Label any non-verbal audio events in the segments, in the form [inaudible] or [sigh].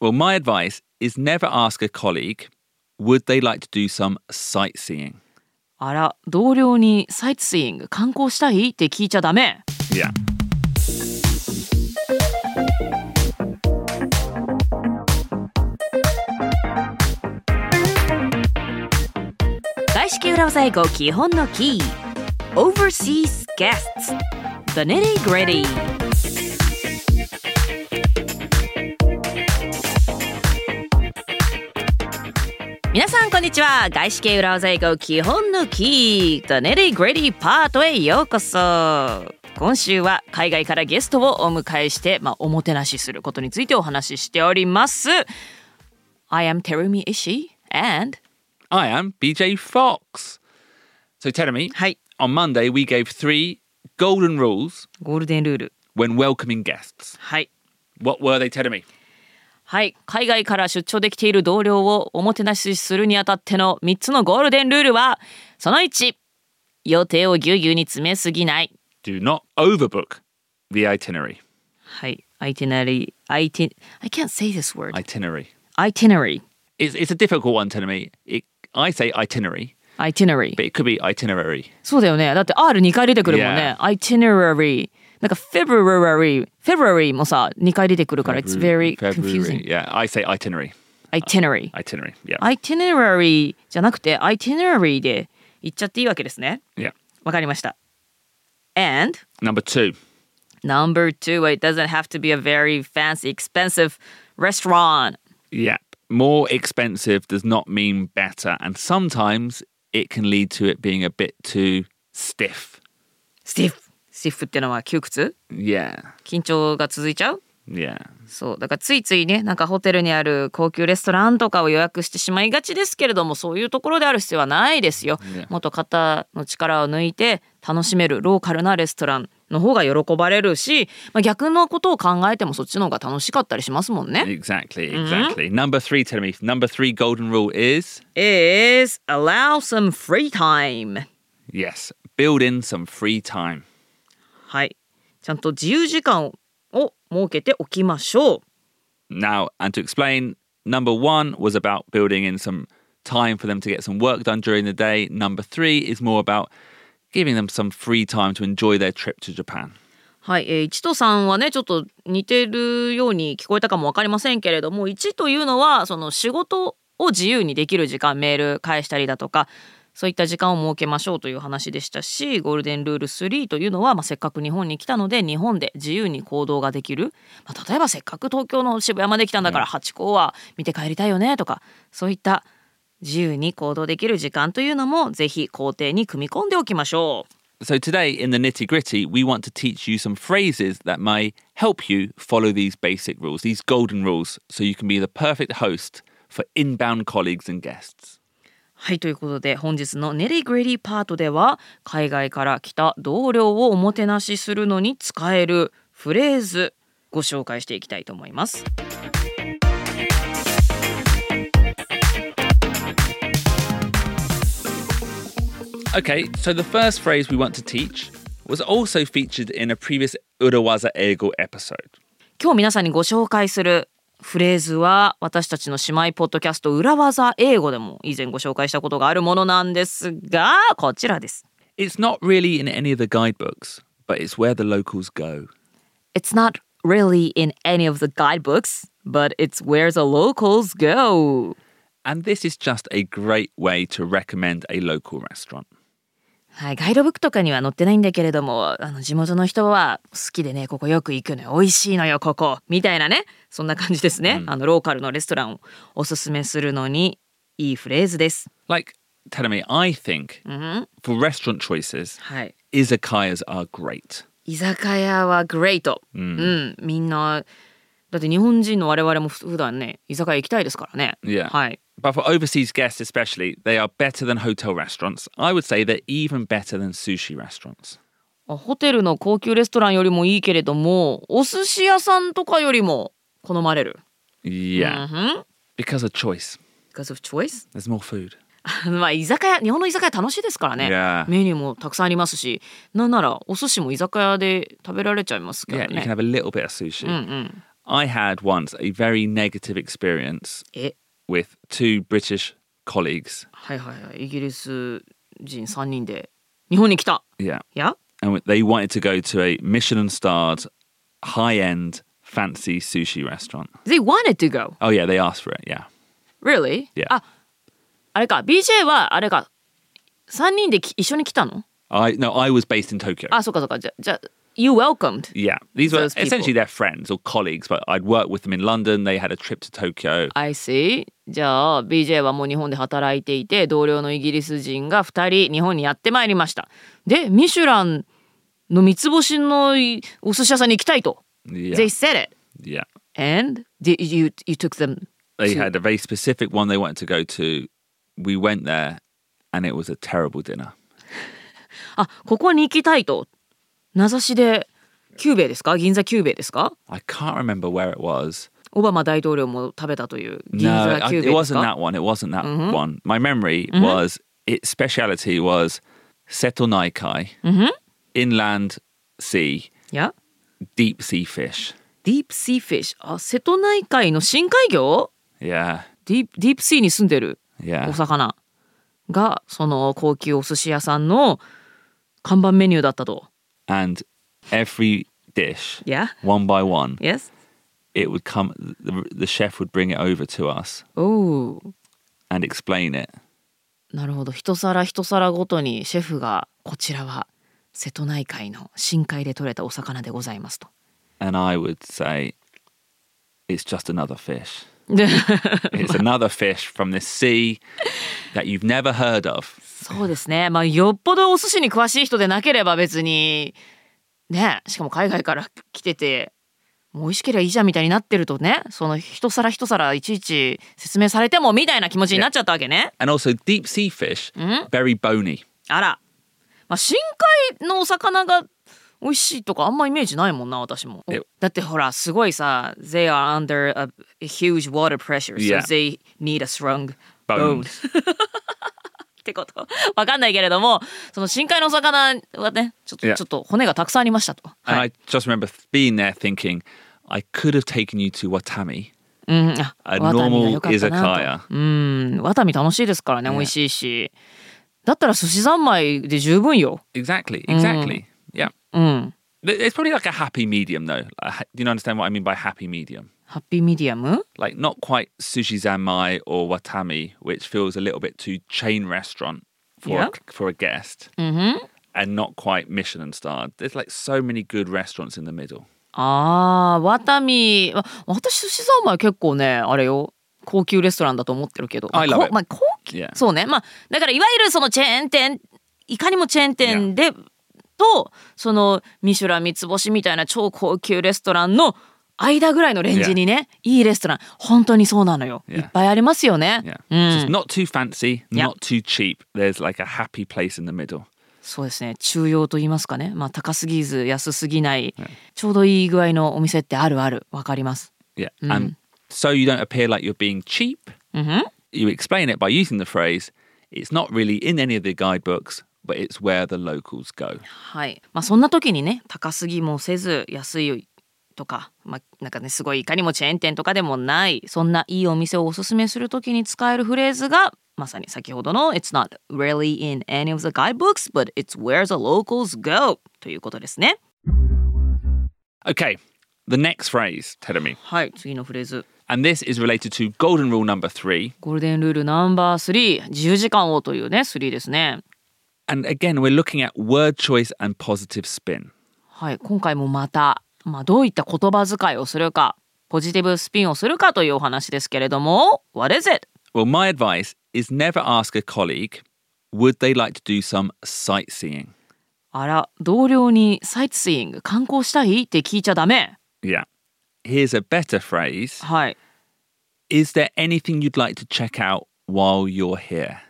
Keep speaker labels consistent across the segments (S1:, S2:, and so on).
S1: Well, my advice is never ask a colleague, would they like to do some sightseeing?
S2: あら、同僚にサイトシーイング観光したいって聞いちゃダメ。
S1: Yeah.
S2: 外資系裏技英語基本のキー Overseas Guests The Nitty Gritty 皆さんこんにちは外資系裏技英語基本のキー The Nitty Gritty パートへようこそ今週は海外からゲストをお迎えして、まあ、おもてなしすることについてお話ししております I am Terumi Ishii and
S1: I am BJ Fox. So, Teremi,
S2: はい
S1: on Monday, we gave three golden rules
S2: ゴールデンルール
S1: when welcoming guests.
S2: はい。
S1: What were they, Teremi?
S2: はい。海外から出張できている同僚をおもてなしするにあたっての3つのゴールデンルールは、その1、予定をぎゅうぎゅうに詰めすぎない。
S1: Do not overbook the itinerary.
S2: はい。itinerary, itin, I can't say this word.
S1: Itinerary.
S2: itinerary,
S1: It's, it's a difficult one, Teremi. It, I say itinerary,
S2: itinerary.
S1: but it could be itinerary.
S2: そうだよね。だって R2 回出てくるもんね。itinerary. なんか February, February もさ、2回出てくるから、it's very confusing.
S1: Yeah, I say itinerary.
S2: itinerary.
S1: Itinerary. Yeah.
S2: itinerary じゃなくて itinerary で言っちゃっていいわけですね。
S1: yeah.
S2: わかりました。And
S1: Number two.
S2: number two, it doesn't have to be a very fancy, expensive restaurant.
S1: Yeah. More expensive does not mean better. And sometimes it can lead to it being a bit too stiff.
S2: stiff. stiff ってのは窮屈
S1: Yeah.
S2: 緊張が続いちゃう
S1: Yeah.
S2: そう。だからついついね、なんかホテルにある高級レストランとかを予約してしまいがちですけれども、そういうところである必要はないですよ。もっと肩の力を抜いて楽しめるローカルなレストランの方が喜ばれるし、まあ、逆のことを考えてもそっちの方が楽しかったりしますもんね。
S1: Exactly. Exactly. Number three, tell me. Number three golden rule is
S2: is allow some free time.
S1: yes, build in some free time.
S2: はい。ちゃんと自由時間を設けておきましょう。
S1: Now, and to explain, number one was about building in some time for them to get some work done during the day. Number three is more about giving them some free time to enjoy their trip to Japan.
S2: はい、えー、1と3はねちょっと似てるように聞こえたかも分かりませんけれども1というのはその仕事を自由にできる時間メール返したりだとかそういった時間を設けましょうという話でしたしゴールデンルール3というのは、まあ、せっかく日本に来たので日本で自由に行動ができる、まあ、例えばせっかく東京の渋谷まで来たんだからハチ公は見て帰りたいよねとかそういった自由に行動できる時間というのもぜひ工程に組み込んでおきましょう。
S1: So, today in the nitty gritty, we want to teach you some phrases that may help you follow these basic rules, these golden rules, so you can be the perfect host for inbound colleagues and guests.
S2: はいということで本日のネリグリリパートでは海外から来た同僚をおもてなしするのに使えるフレーズご紹介していきたいと思います。
S1: Okay, so the first phrase we want to teach was also featured in a previous Urawaza Ego episode.
S2: 今日皆さんにご紹介するフレーズは私たちの姉妹ポッドキャスト裏技英語でも以前ご紹介したことがあるものなんですがこちらです。
S1: It's not really in any of the guidebooks, but it's where the locals go.
S2: It's not really in any of the guidebooks, but it's where the locals go.
S1: And this is just a great way to recommend a local restaurant.
S2: はい、ガイドブックとかには載ってないんだけれどもあの地元の人は好きでねここよく行くのよ美味しいのよここみたいなねそんな感じですね、あのローカルのレストランをおすすめするのにいいフレーズです、
S1: Like, telling me, I think
S2: うん、
S1: for restaurant choices,
S2: はい
S1: izakayas are great.
S2: 居酒屋はグレートうん、みんなだって日本人の我々もふ普段ね居酒屋行きたいですからね、
S1: Yeah.
S2: はい、
S1: But for overseas guests, especially, they are better than hotel restaurants. I would say they're even better than sushi restaurants.
S2: あホテルの高級レストランよりもいいけれどもお寿司屋さんとかよりも好まれる
S1: Yeah.
S2: うん
S1: Because of choice,
S2: because of choice
S1: there's more food.
S2: [laughs] まあ居酒屋日本の居酒屋楽しいですからね、
S1: Yeah.
S2: メニューもたくさんありますしなんならお寿司も居酒屋で食べられちゃいますけ
S1: Yeah,
S2: ど
S1: you can
S2: ね
S1: have a little bit of sushi.
S2: うんうん
S1: I had once a very negative experience
S2: え
S1: with two British colleagues.
S2: はいはいはいイギリス人3人で日本に来た
S1: Yeah.
S2: いや
S1: And they wanted to go to a Michelin starred, high end, fancy sushi restaurant.
S2: They wanted to go
S1: Oh, yeah, they asked for it. Yeah.
S2: Really?
S1: Yeah.
S2: ああれか BJ はあれか3人でき一緒に来たの
S1: I No, I was based in Tokyo.
S2: あそうかそうかじゃじゃ You welcomed
S1: yeah. These were
S2: those people.
S1: essentially their friends or colleagues, but I'd worked with them in London. They had a trip to Tokyo.
S2: I see じゃあ BJ はもう日本で働いていて同僚のイギリス人が2人日本にやってまいりましたでミシュランの三つ星のいお寿司屋さんに行きたいと、
S1: Yeah.
S2: They said it
S1: yeah.
S2: and did you, you took them
S1: They
S2: to-
S1: had a very specific one they wanted to go to. We went there and it was a terrible dinner.
S2: あここに行きたいと名指しでキューベイですか銀座キューベイですか
S1: I can't remember where it was.
S2: オバマ大統領も食べたという銀
S1: No,
S2: 座
S1: I-
S2: キュ
S1: it
S2: ーベイです
S1: wasn't
S2: か
S1: that one. It wasn't that
S2: Mm-hmm.
S1: one. My memory was its speciality was setonaikai,
S2: Mm-hmm.
S1: inland sea,
S2: いや
S1: deep sea fish.
S2: ディープシーフィッシュあ瀬戸内海の深海魚
S1: Yeah,
S2: ディープディープシーに住んでる
S1: yeah.
S2: お魚がその高級お寿司屋さんの看板メニューだったと。
S1: And every dish,
S2: Yeah.
S1: one by one,
S2: Yes?
S1: it would come. The, the chef would bring it over to us
S2: おう
S1: and explain it.
S2: なるほど一皿一皿ごとにシェフがこちらは瀬戸内海の深海で獲れたお魚でございますと。
S1: and I would say it's just another fish. It's another fish from this sea that you've never heard of.
S2: そうですね。まあよっぽどお寿司に詳しい人でなければ別にね、しかも海外から来てて、もう美味しければいいじゃんみたいになってるとね、その一皿一皿いちいち説明されてもみたいな気持ちになっちゃったわけね。
S1: And also deep sea fish, very bony.
S2: あら、まあ深海のお魚が美味しいとかあんまイメージないもんな私も
S1: え。
S2: だってほらすごいさ、they are under a huge water pressure, so
S1: Yeah.
S2: they need a strong bone. [laughs]
S1: Bones.
S2: ってことわかんないけれどもその深海のお魚はねちょっと
S1: Yeah.
S2: ちょっと骨がたくさんありましたと。
S1: And
S2: はい
S1: I just remember being there thinking, I could have taken you to Watami,
S2: うん、あ
S1: a
S2: ワタミが
S1: normal
S2: 良かったな
S1: izakaya.
S2: と。うんワタミ楽しいですからね美味しいしだったら寿司三昧で十分よ。
S1: Exactly, exactly. Yeah.
S2: うん
S1: Th- It's probably like a happy medium, though. Like, ha- Do you understand what I mean by happy medium?
S2: ハッピーミディアム
S1: Like, not quite sushi zanmai or watami, which feels a little bit too chain restaurant for,
S2: Yeah. Mm-hmm.
S1: a, for a guest. and not quite Michelin starred. There's like so many good restaurants in the middle.
S2: あーワタミわ私寿司三昧結構ねあれよ高級レストランだと思ってるけど、まあ
S1: I love
S2: こ
S1: it.
S2: まあ、高級
S1: Yeah.
S2: そうねまあだからいわゆるそのチェーン店いかにもチェーン店で、とそのミシュラン三つ星みたいな超高級レストランの間ぐらいのレンジにね、いいレストラン本当にそうなのよ、
S1: Yeah.
S2: いっぱいありますよね、
S1: Yeah.
S2: うん
S1: So it's not too fancy,
S2: Mm. Yeah.
S1: not too cheap. There's like a happy place in the middle.
S2: そうですね中庸と言いますかねまあ高すぎず安すぎない、ちょうどいい具合のお店ってあるあるわかります、
S1: Yeah.
S2: Mm.
S1: And so you don't appear like you're being cheap.
S2: うんふん
S1: You explain it by using the phrase, it's not really in any of the guidebooks, but it's where the locals go.
S2: はいまあ、そんな時にね高すぎもせず安いとか、まあ、なんかねすごいいかにもチェーン店とかでもないそんないいお店をおすすめする時に使えるフレーズがまさに先ほどの「It's not really in any of the guidebooks but it's where the locals go」ということですね。
S1: Okay. The next phrase, Terumi.
S2: はい次のフレーズ
S1: And this is related to golden rule number three.
S2: ゴールデンルールナンバー310時間をというね3ですね。
S1: And again, we're looking at word choice and positive spin.
S2: はい今回もまた、まあ、どういった言葉遣いをするかポジティブスピンをするかというお話ですけれども「What is it?」
S1: Well, my advice is never ask a colleague, would they like to do some sightseeing?
S2: あら、同僚にサイトシーイング観光したいって聞いちゃダメ。
S1: Yeah. Here's a better phrase
S2: はい。
S1: Is there anything you'd like to check out while you're here?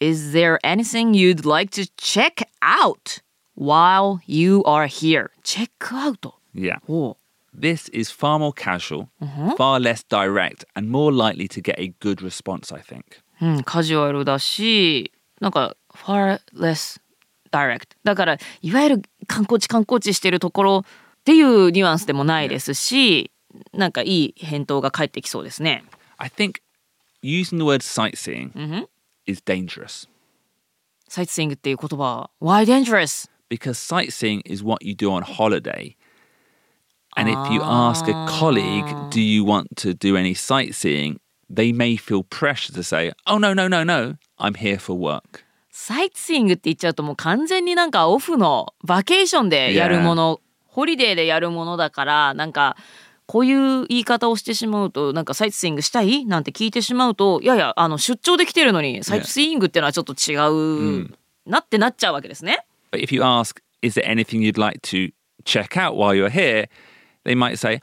S2: Is there anything you'd like to check out while you are here? チェックアウト。
S1: Yeah.
S2: おう
S1: This is far more casual, far less direct, and more likely to get a good response, I think.
S2: うん、カジュアルだし、なんか far less direct。だから、いわゆる観光地観光地してるところっていうニュアンスでもないですし、なんかいい返答が返ってきそうですね。
S1: I think using the word sightseeing
S2: うんふん
S1: is dangerous
S2: サイトシングっていう言葉は Why dangerous?
S1: because sightseeing is what you do on holiday. And if you ask a colleague, do you want to do any sightseeing? They may feel pressure to say, oh, no, no, no, no, I'm here for work.
S2: サイトシングって言っちゃうともう完全になんかオフのバケーションでやるもの、ホリデーでやるものだからなんかこういう言い方をしてしまうとなんかサイトシングしたいなんて聞いてしまうといやいやあの出張で来てるのにサイトシングってのはちょっと違う、なってなっちゃうわけですね。
S1: But if you ask, is there anything you'd like to check out while you're here? They might say,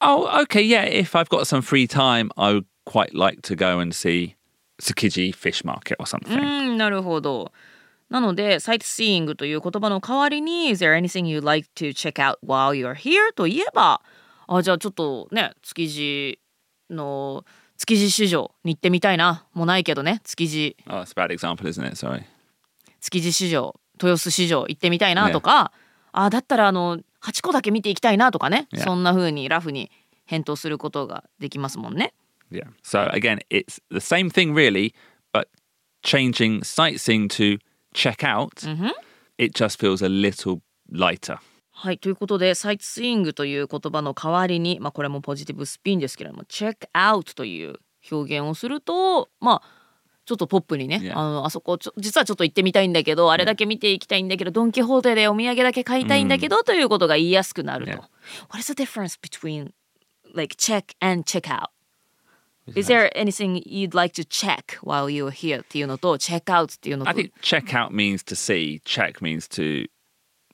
S1: oh, okay, yeah, if I've got some free time, I would quite like to go and see Tsukiji Fish Market or
S2: う
S1: something.
S2: んなるほど。なので、サイトシーイングという言葉の代わりに、Is there anything you'd like to check out while you're here? と言えば、あ、じゃあちょっとね、築地の築地市場に行ってみたいな。もうないけどね、築地、
S1: Oh, that's a bad example, isn't it? Sorry.
S2: 築地市場、豊洲市場行ってみたいなとか、あ、だったらあの、8個だけ見ていきたいなとかね、
S1: Yeah.
S2: そんな風にラフに返答することができますもんね。
S1: Yeah. So again, it's the same thing really, but changing sightseeing to check out, it just feels a little lighter.
S2: はい、ということで、サイトスイングという言葉の代わりに、まあ、これもポジティブスピンですけれども、チェックアウトという表現をすると、まあ、ちょっとポップにね、
S1: Yeah.
S2: あのあそこちょ、実はちょっと行ってみたいんだけど、あれだけ見ていきたいんだけど、ドン・キホーテでお土産だけ買いたいんだけど、ということが言いやすくなると。
S1: Yeah.
S2: What is the difference between like check and check out? Is there anything you'd like to check while you're here っていうのと、check out っていうのと
S1: I、think check out means to see, check means to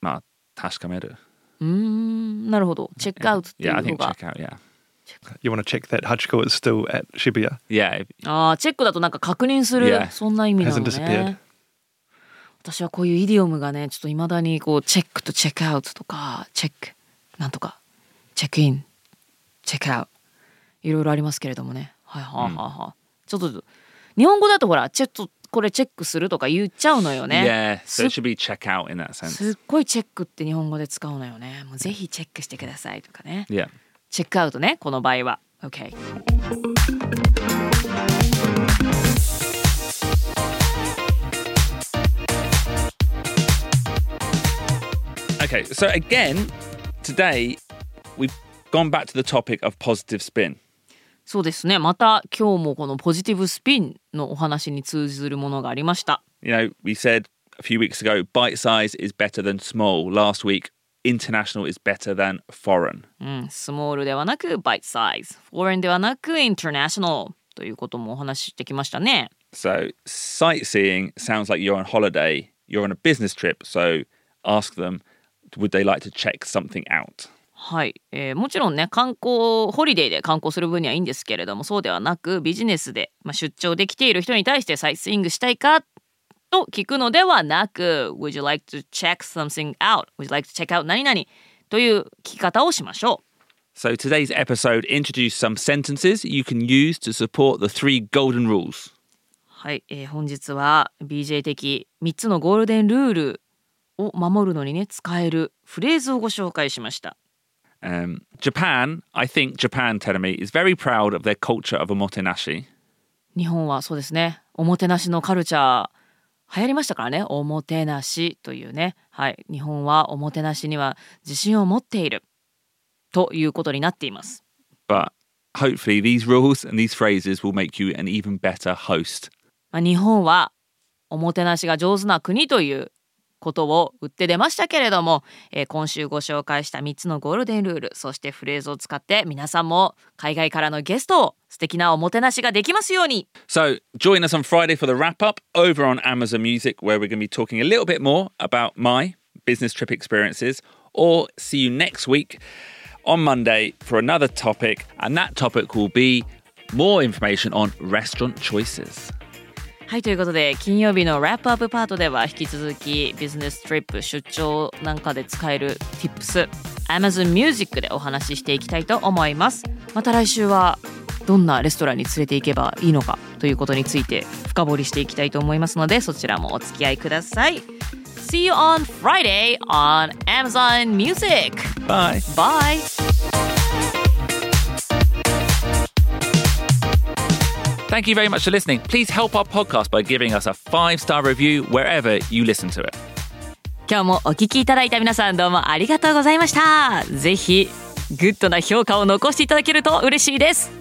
S1: ma tashikameru.
S2: うーんなるほど、チェックアウトっていう
S1: Yeah, I
S2: の
S1: think
S2: が
S1: check out, yeah.
S3: You want to check that Hachiko is still at Shibuya.
S1: Yeah, if-
S2: ああ、チェックだとなんか確認する、
S1: Yeah.
S2: そんな意味なの
S3: Hasn't disappeared.
S2: ね。私はこういうイディオムがね、ちょっと未だにこうチェックとチェックアウトとか、チェックなんとか、チェックイン、チェックアウト、いろいろありますけれどもね。はいはいはいはい。ちょっと日本語だとほら、ちょっとこれチェックするとか言っちゃうのよね。
S1: yeah. So
S2: す
S1: it should be check out in that sense.
S2: すっごいチェックって日本語で使うのよね。もうぜひチェックしてくださいとかね。
S1: Yeah.
S2: チェックアウトね、この場合は。OK。
S1: Okay, so again, today we've gone back to the topic of positive spin.
S2: そうですね。また今日もこのポジティブスピンのお話に通ずるものがありました。
S1: You know, we said a few weeks ago, bite size is better than small. Last week, international is better than foreign.
S2: うん、スモールではなくバイトサイズ、フォーレンではなくインターナショナルということもお話ししてきましたね。
S1: So, sightseeing sounds like you're on holiday, you're on a business trip. So, ask them, would they like to check something out?
S2: はい、えーもちろんね観光ホリデーで観光する分にはいいんですけれどもそうではなくビジネスで、まあ、出張できている人に対してサイトスイングしたいかと聞くのではなく Would you like to check something out? Would you like to check out 何々という聞き方をしましょう。
S1: So, today's episode introduced some sentences you can use to support the three golden rules.
S2: はい、えー本日は BJ 的3つのゴールデンルールを守るのにね使えるフレーズをご紹介しました。
S1: Um, Japan, I think Japan, Terumi, is very proud of their culture of omotenashi.
S2: 日本はそうですねおもてなしのカルチャー流行りましたからねおもてなしというねはい日本はおもてなしには自信を持っているということになっています。
S1: But hopefully, these rules and these phrases will make you an even better host.
S2: まあ、日本はおもてなしが上手な国ということを売って出ましたけれども、えー今週ご紹介した3つのゴールデンルールそしてフレーズを使って皆さんも海外からのゲストを素敵なおもてなしができますように
S1: So join us on Friday for the wrap up over on Amazon Music, where we're going to be talking a little bit more about my business trip experiences. Or see you next week on Monday for another topic, and that topic will be more information on restaurant choices.
S2: はいということで金曜日のラップアップパートでは引き続きビジネストリップ出張なんかで使える Tips Amazon Music でお話ししていきたいと思いますまた来週はどんなレストランに連れて行けばいいのかということについて深掘りしていきたいと思いますのでそちらもお付き合いください See you on Friday on Amazon Music!
S1: Bye.
S2: Bye!
S1: Thank you very much for listening. Please help our podcast by giving us a five star review wherever you listen to it.
S2: 今日もお聞きいただいた皆さんどうもありがとうございましたぜひグッドな評価を残していただけると嬉しいです